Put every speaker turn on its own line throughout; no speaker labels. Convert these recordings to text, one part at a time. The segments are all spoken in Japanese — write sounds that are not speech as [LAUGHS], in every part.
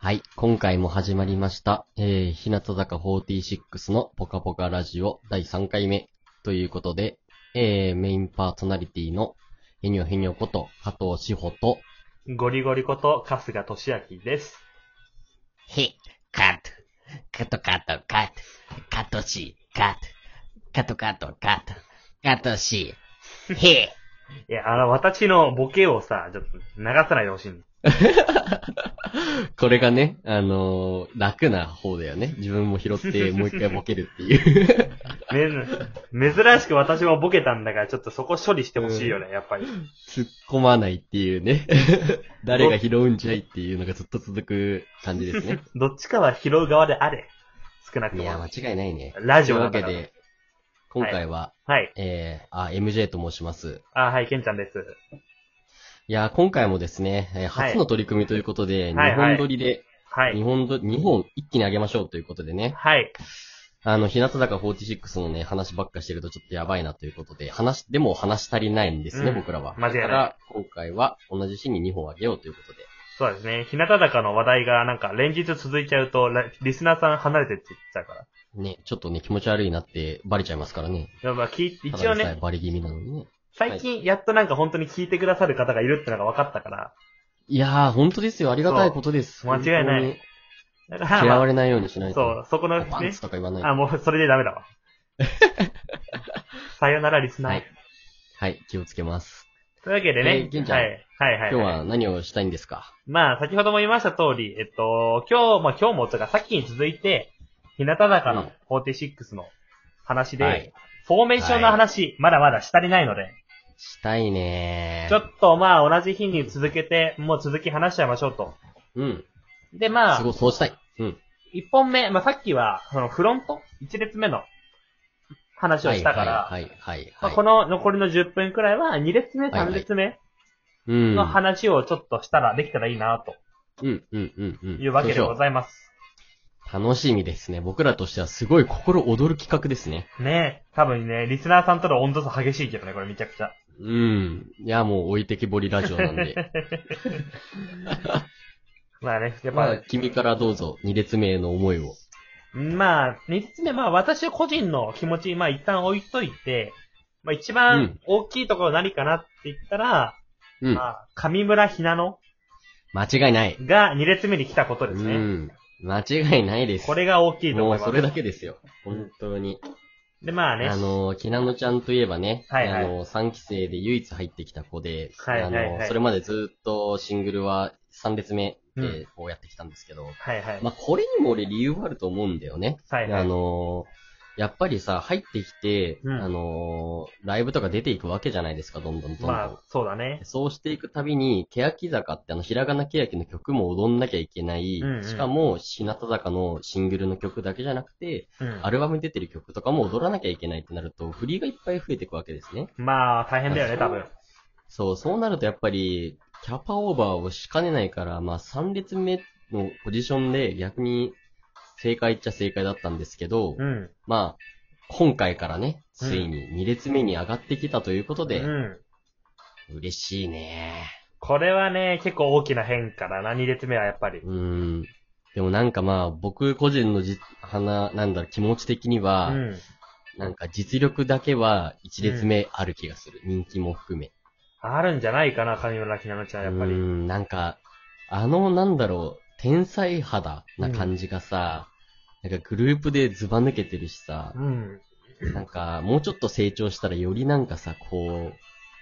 はい。今回も始まりました。えー、日向坂46のポカポカラジオ第3回目ということで、えー、メインパーソナリティのヘニョヘニョこと加藤志保と、
ゴリゴリこと、春日俊明です。
ひ、カット、カットカットカット、カットし、カット、カットカットカット、カットし、ひ、
いや、あの、私のボケをさ、ちょっと流さないでほしいの。
これがね、あのー楽な方だよね。自分も拾ってもう一回ボケるっていう。
め、珍しく私もボケたんだから、ちょっとそこ処理してほしいよね、やっぱり。
突っ込まないっていう
[LAUGHS]
ね。誰が拾うんじゃいっていうのがずっと続く感じ
[LAUGHS]
ですね。
どっちかは拾う側であれ。少なく
い
と
や、
も。
間違いないね。
ラ
とい
ジ
う
オな
わ
んだ
け
から。
で、今回は、
はい。
えー、あ、MJ と申します。
あ、はい、ケンちゃんです。
いやー、今回もですね、えー
はい
初の取り組みということで、
はい
日本撮りで、
は
日
い。
本ど、日本一気に上げましょうということでね、
はい。
あの、日向坂46のね、話ばっかしてるとちょっとやばいなということで、話、でも話し足りないんですね、
うん
僕らは。
間違いない
だから、今回は同じ日に2本上げようということで。
そうですね。日向坂の話題がなんか連日続いちゃうと、ラリスナーさん離れてっちゃうから。
ね、ちょっとね、気持ち悪いなってバレちゃいますからね。
やっぱ聞い一
ただ
応
でさえ
ね、
バレ気味なのにね。
最近やっとなんか本当に聞いてくださる方がいるってのが分かったから。
いやー、本当ですよ。ありがたいことです。
そう間違いない
本
だか
当
ら、
に嫌
ま
わ
あ
れないようにしないと。
そう、そこの
パン
ね
ツ、とか言わないと
あ、もうそれでダメだ
[LAUGHS]
わ。さよならリスナー。
はいはい、気をつけます。
というわけでね、
えー銀ちゃん
はい、はい、はい。
今日は何をしたいんですか
まあ、先ほども言いました通り、えっと、今日、まあ今日もというか、さっきに続いて、日向坂の46の話で、
はい
フォーメーションの話、まだまだしたりないので、
したいねー。
ちょっとまあ同じ日に続けて、もう続き話しちゃいましょうと。
うん。
でまあ
す、ごい、そうしたい。うん。
一本目、まあさっきは、そのフロント、一列目の話をしたから、
はい、はい、はい。
まあ、こ
の、
の残りの10分くらいは、2列目、
はいはい
3列目
うん。
の話をちょっとしたらできたらいいな、と
うん、うん、うん、うん。
いうわけで
そうし
ご
よ
ざいます。
う楽しみですね。僕らとしてはすごい心躍る企画ですね。
ねえ、多分ね、リスナーさんとの温度差激しいけどね、これめちゃくちゃ。
うん。いや、もう置いてきぼりラジオなんで。
まあね、やっ
ま
ぱ、
あ、君からどうぞ、二列目への思いを。
まあ、2列目、まあ私個人の気持ち、まあ一旦置いといて、まあ一
う
番
ん
大きいところ何かなって言ったら、
うん。
まあ、上村ひなの
間違いない。
が2列目に来たことです
う
ね。
ん。間違いないです。
これが大きいと
も
思
う
います。
それだけですよ。本当に。
で、まあね、
あの、きなのちゃんといえばね、
はいはい
あの、3期生で唯一入ってきた子で、
はいはいはい
あの、それまでずっとシングルは3列目
う
で
ん
こうやってきたんですけど、
はいはい。
まあ、これにも俺理由があると思うんだよね。
はいはい。
あの、やっぱりさ、入ってきて、
うん
あの、ライブとか出ていくわけじゃないですか、どんどんどんどん。
まあ、そうだね。
そうしていくたびに、欅坂ってあの、ひらがな欅の曲も踊んなきゃいけない。
うんうん
しかも、日向坂のシングルの曲だけじゃなくて、
うん
アルバムに出てる曲とかも踊らなきゃいけないってなると、振りがいっぱい増えていくわけですね。
まあ、大変だよね、多分。
そう、そうなるとやっぱり、キャパオーバーをしかねないから、まあ3列目のポジションで逆に正解っちゃ正解だったんですけど、
うん。
まあ、今回からね、ついに2列目に上がってきたということ
う
で、
ん。
嬉しいね。
これはね、結構大きな変化だな、2列目はやっぱり。
うん。でもなんかまあ、僕個人のじ、花、なんだろう、気持ち的に
う
は、
ん。
なんか実力だけは1列目ある気がする。人気も含め。
あるんじゃないかな、上村ひなのちゃん、やっぱ
うー
り。
ん、なんか、あの、なんだろう、天才肌な感じがさ、なんかグループでズバ抜けてるしさ、
うん。。
なんか、もうちょっと成長したらよりなんかさ、こ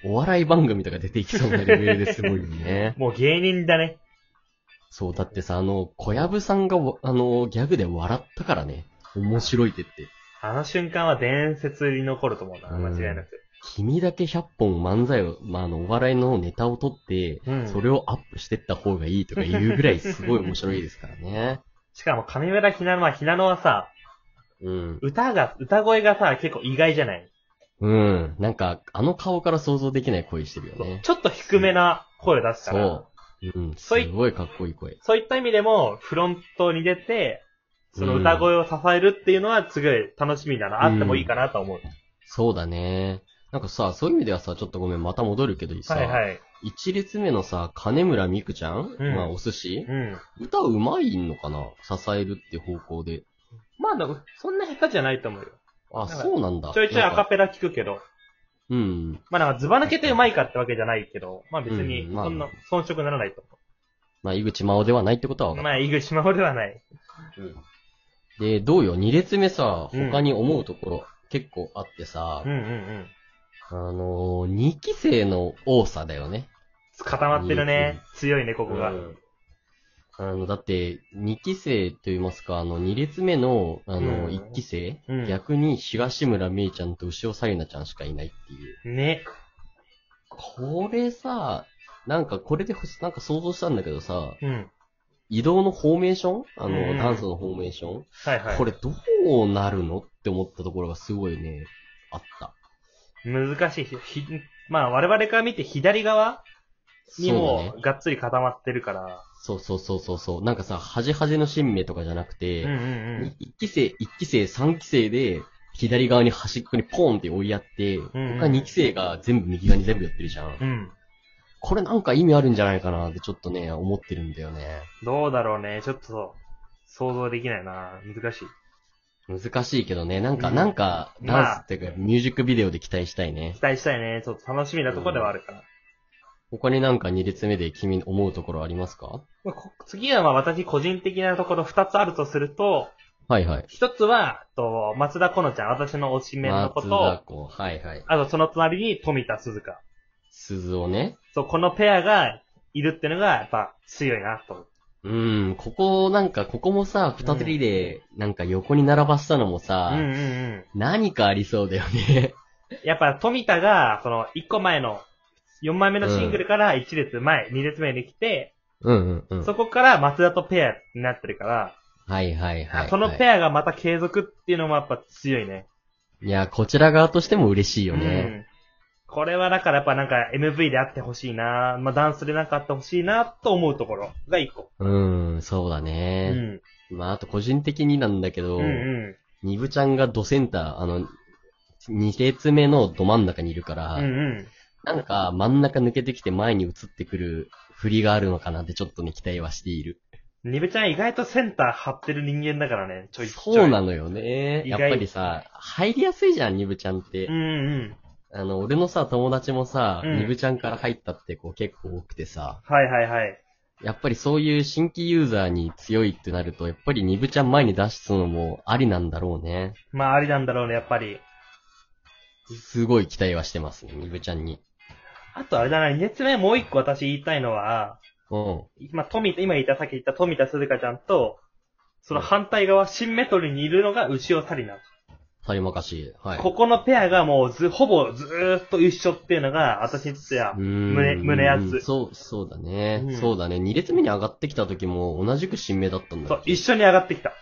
う、お笑い番組とか出ていきそうなレベルですごいよね
[LAUGHS] もう芸人だね。
そう、だってさ、あの、小籔さんがわ、あの、ギャグで笑ったからね。面白いってって。
あの瞬間は伝説に残ると思うな、間違いなく。
君だけ100本漫才を、まあ、あの、お笑いのネタを取って、
うん
それをアップしてった方がいいとか言うぐらいすごい面白いですからね。
しかも上村ひなのは、ひなのはさ、
うん。
歌が、歌声がさ、結構意外じゃない、
うん。なんか、あの顔から想像できない声してるよね。
ちょっと低めな声を出すか
そ
ら。
う。うん。す
そうい
ごいかっこいい声。
そういった意味でも、フロントに出て、その歌声を支えるっていうのは、すごい楽しみだな、あってもいいかなと思う。
そうだね。なんかさ、そういう意味ではさ、ちょっとごめん、また戻るけどさ、
はいはい。
一列目のさ、金村美久ちゃん、
うん
まあ、お寿司
うん。
歌うまいのかな支えるって方向で。
まあでも、そんな下手じゃないと思うよ。
あ、
なんか
そうなんだ。
ちょいちょい
な
ア
んか
カペラ聞くけど。
うん。
まあなんかズバ抜けてうまいかってわけじゃないけど、まあ別に、
うんまあ
そんな遜色ならないと
まあ、井口真央ではないってことは
思う。
分
ま
かっ
あ、井口守ではない。
た。うんで、どうよ、二列目さ、
うん
他に思うところ、結構あってさ
うん、うんうん。
あのー、二期生の多さだよね。
固まってるね
う。
強いね、ここが。
う
うん
んあの、だって、二期生と言いますか、あの、二列目の、あ
う
の、
ん
一期生、
うん
逆に東村芽衣ちゃんと牛尾さゆなちゃんしかいないっていう。
ね。
これさ、なんかこれでほし、なんか想像したんだけどさ、
うん。
移動のフォーメーションあの、
うん
ダンスのフォーメーション、
はいはい。
これどうなるのって思ったところがすごいね、あった。
難しい。ひひまあ我々から見て左側に
そうだ
も
ね。
がっつり固まってるから。
そうそうそうそうそう。なんかさ、端々の新名とかじゃなくて、
うんうん
一期生、一期生、三期生で、左側に端っこにポンって追いやって、
んうん
他二期生が全部右側に全部やってるじゃん。
うん。うん。
これなんか意味あるんじゃないかなってちょっとね、思ってるんだよね。
どうだろうね。ちょっと想像できないな。難しい。
難しいけどね、なんか、
うん
なんか、ダンスっていうか、ミュージックビデオで期待したいね
期。待したいね。ちょっと楽しみなところではあるから。
他になんか二列目で君思うところありますか
まあこ次はまあ私個人的なところ二つあるとすると、
はいはい。
一つは、と松田好乃ちゃん、私の推しメンのこ
松
と
田、子、はいはい。
あとその隣に富田鈴香。
鈴をね。
そう、このペアがいるってのがやっぱ強いなと思う。
うん、ここ、なんか、ここもさ、二人で、なんか横に並ばしたのもさ、
うんうんうん。
何かありそうだよね。
やっぱ富田が、その、1個前の、4枚目のシングルから1列前、2列目に来て、
うん [LAUGHS] うんうん。
そこから松田とペアになってるから、
はいはいはい、はい。
そのペアがまた継続っていうのもやっぱ強いね。
いや、こちら側としても嬉しいよね。
うん。これはだからやっぱなんか MV であってほしいなまあダンスでなんかあってほしいなと思うところが1個。
うん、そうだ
う
ね。
ん。
まあ、あと個人的になんだけど、
うんうん。
ニブちゃんがドセンター、あの、2列目のど真ん中にいるから、
うんうん。
なんか真ん中抜けてきて前に移ってくる振りがあるのかなってちょっとね、期待はしている。
ニベちゃん意外とセンター張ってる人間だからね、ちょいちょい。
そうな
の
のよね。
意
やっ
外
ぱりさ、入りやすいじゃん、ニブちゃんって。
うんうん。
あの、俺のさ、友達もさ、
うん
ニブちゃんから入ったってこう結構多くてさ、
はいはいはい。
やっぱりそういう新規ユーザーに強いってなると、やっぱりニブちゃん前に出すのもありなんだろうね。
まあありなんだろうね、やっぱり。
すごい期待はしてますね、ニブちゃんに。
あとあれだな、2列目もう一個私言いたいのは、
うん。
まあ、富田、今言った、さっき言った富田鈴香ちゃんと、その反対側、シンメトリーにいるのが牛尾サリナ。
さりまかし。はい。
ここのペアがもうず、ほぼずーっと一緒っていうのが、私にとっては
うー、ん
胸胸熱
そう、そうだね。
うん
そうだね。2列目に上がってきた時も同じく新名だったんだ
そう
よ、。
一緒に上がってきた。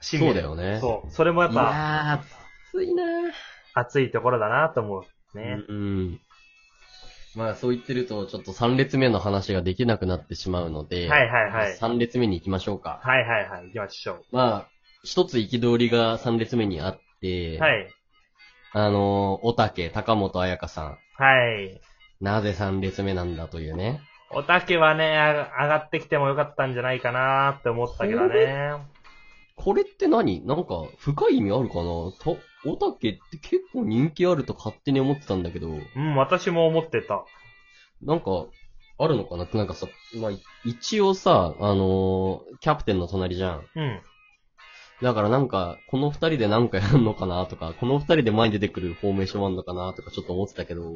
シンメ
そうだよね
そう。それもやっ
い
ぱ、
やー、熱いなー。
熱いところだなと思う。ね。
うん。まあそう言ってると、ちょっと3列目の話ができなくなってしまうので、
はいはいはい。
3列目に行きましょうか。
はいはいはい。行きましょ
まあ、一つ憤りが3列目にあって、
う。はい。
あのー、おたけ、高本彩香さん。
はい。
なぜ3列目なんだというね。
おたけはね、あ上がってきてもよかったんじゃないかなって思ったけど
そ
ね。
これって何なんか、深い意味あるかなと、おたけって結構人気あると勝手に思ってたんだけど、
うん、私も思ってた。
なんか、あるのかなってなんかさ、まあ、一応さ、あのー、キャプテンの隣じゃん。
うん。
だからなんか、この二人でなんかやるのかなとか、この二人で前に出てくるフォーメーションあるのかなとかちょっと思ってたけど、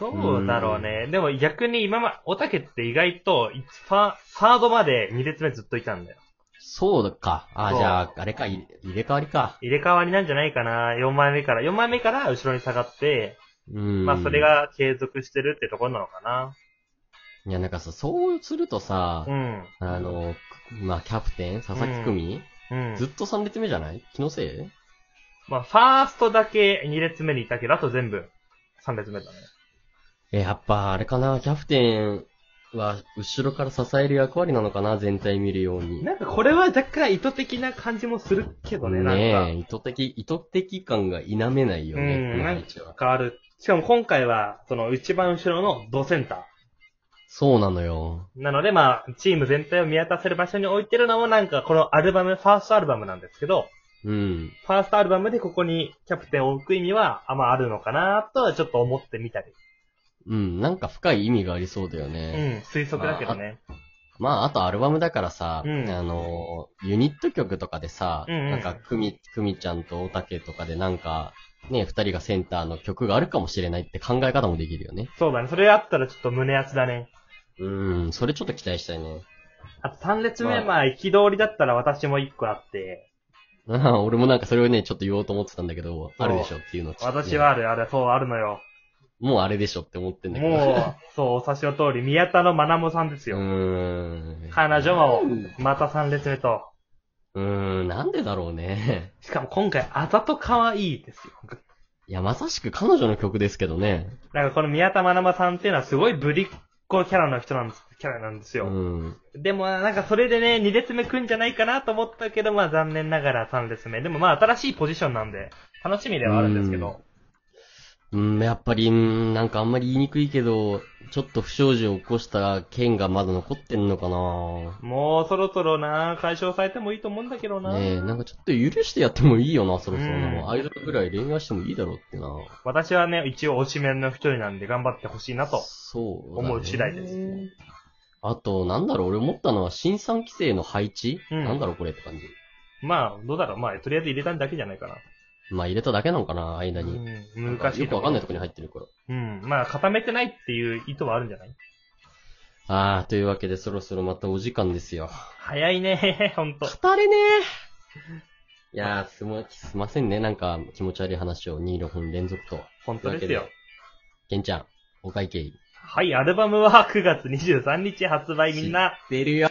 どうだろうね。でも逆に今ま、おたけって意外と、いササードまで2列目ずっといたんだよ。
そうか。あ、
そう
じゃあ、あれか、い入れ替わりか。
入れ替わりなんじゃないかな。4枚目から、4枚目から後ろに下がって、
うん。
まあそれ。が継続してるってところなのかな。
いや、なんかさ、そうするとさ
う、ん。
あの、まあ、キャプテン、佐々木久美、
うん
ずっ。と3列目じゃない気のせい
まあファーストだけ2列目にいたけど、あと全部3列目だね。
え、やっぱ、あれかな、キャプテンは、後ろから支える役割なのかな、全体見るように。
なんかこれは若干意図的な感じもするけどね、なん
ねえ、意図的、意図的感が否めないよね、
うん
この配置は
か。変わる。しかも今回は、その一番後ろのドセンタ
そうなのよ。
なのでまあ、チーム全体を見渡せる場所に置いてるのもなんかこのアルバム、ファーストアルバムなんですけど、
うん。
ファーストアルバムでここにキャプテンを置く意味は、あ、まああるのかなとはちょっと思ってみたり。
うん、なんか深い意味がありそうだよ
うん
ね。、
推測だけどね。
まあ、あとアルバムだからさ、
うん
あの、ユニット曲とかでさ、
うんうん
なんか、くみ、くみちゃんとおたけとかでなんか、ね、二人がセンターの曲があるかもしれないって考え方もできるよね。
そうだね。それあったらちょっと胸熱だね。
うん、それちょっと期待したいね。 [LAUGHS]
あと3列目、
まあ
まあ、憤りだったら私も1個あって、
あ俺もなんかそれをね、ちょっと言おうと思ってたんだけど、あるでしょっていうのをちょっとね
私はある、あれ、そう、あるのよ。
もうあれでしょって思ってんだけど。
もう、そう、お察しの通り、宮田のまなもさんです
う
よ。
ーん。
彼女も
うん、
また3列目と。
うーん、なんでだろうね。
しかも今回、あざと可愛いですよ。
いや、まさしく彼女の曲ですけどね。
なんかこの宮田まなもさんっていうのはすごいぶりっ子キャラの人なんです、キャラなんです
う
よ。
ん。
でも、なんかそれでね、2列目来んじゃないかなと思ったけど、まあ残念ながら3列目。でもまあ新しいポジションなんで、楽しみではあるんですけど。
うん、やっぱり、うんなんかあんまり言いにくいけど、ちょっと不祥事を起こした件がまだ残ってんのかな
もうそろそろな、解消されてもいいと思うんだけどな。
ねえ、なんかちょっと許してやってもいいよな、そろそろな。
うん
もうアイドルぐらい恋愛してもいいだろうってな。
私はね、一応推しメンの一人なんで頑張ってほしいなと。
そうだね、
思う次第です
あと、なんだろう、俺思ったのは、新産規制の配置、
うん
なんだろう、これって感じ。
まあ、どうだろう。まあ、とりあえず入れただけじゃないかな。
まあ、入れただけなのかな、間に。
うん、難しい
よくわかんないとこに
ろ
入ってるから。
うん。まあ、固めてないっていう意図はあるんじゃない
ああ、というわけで、そろそろまたお時間ですよ。
早いね、 [LAUGHS] ほんと。
語れねえ。いやー、すも、すいませんね。なんか、気持ち悪い話を2、6分連続と。
ほんとですよ。
けんちゃん、お会計。
はい、アルバムは9月23日発売みんな。
出るよ。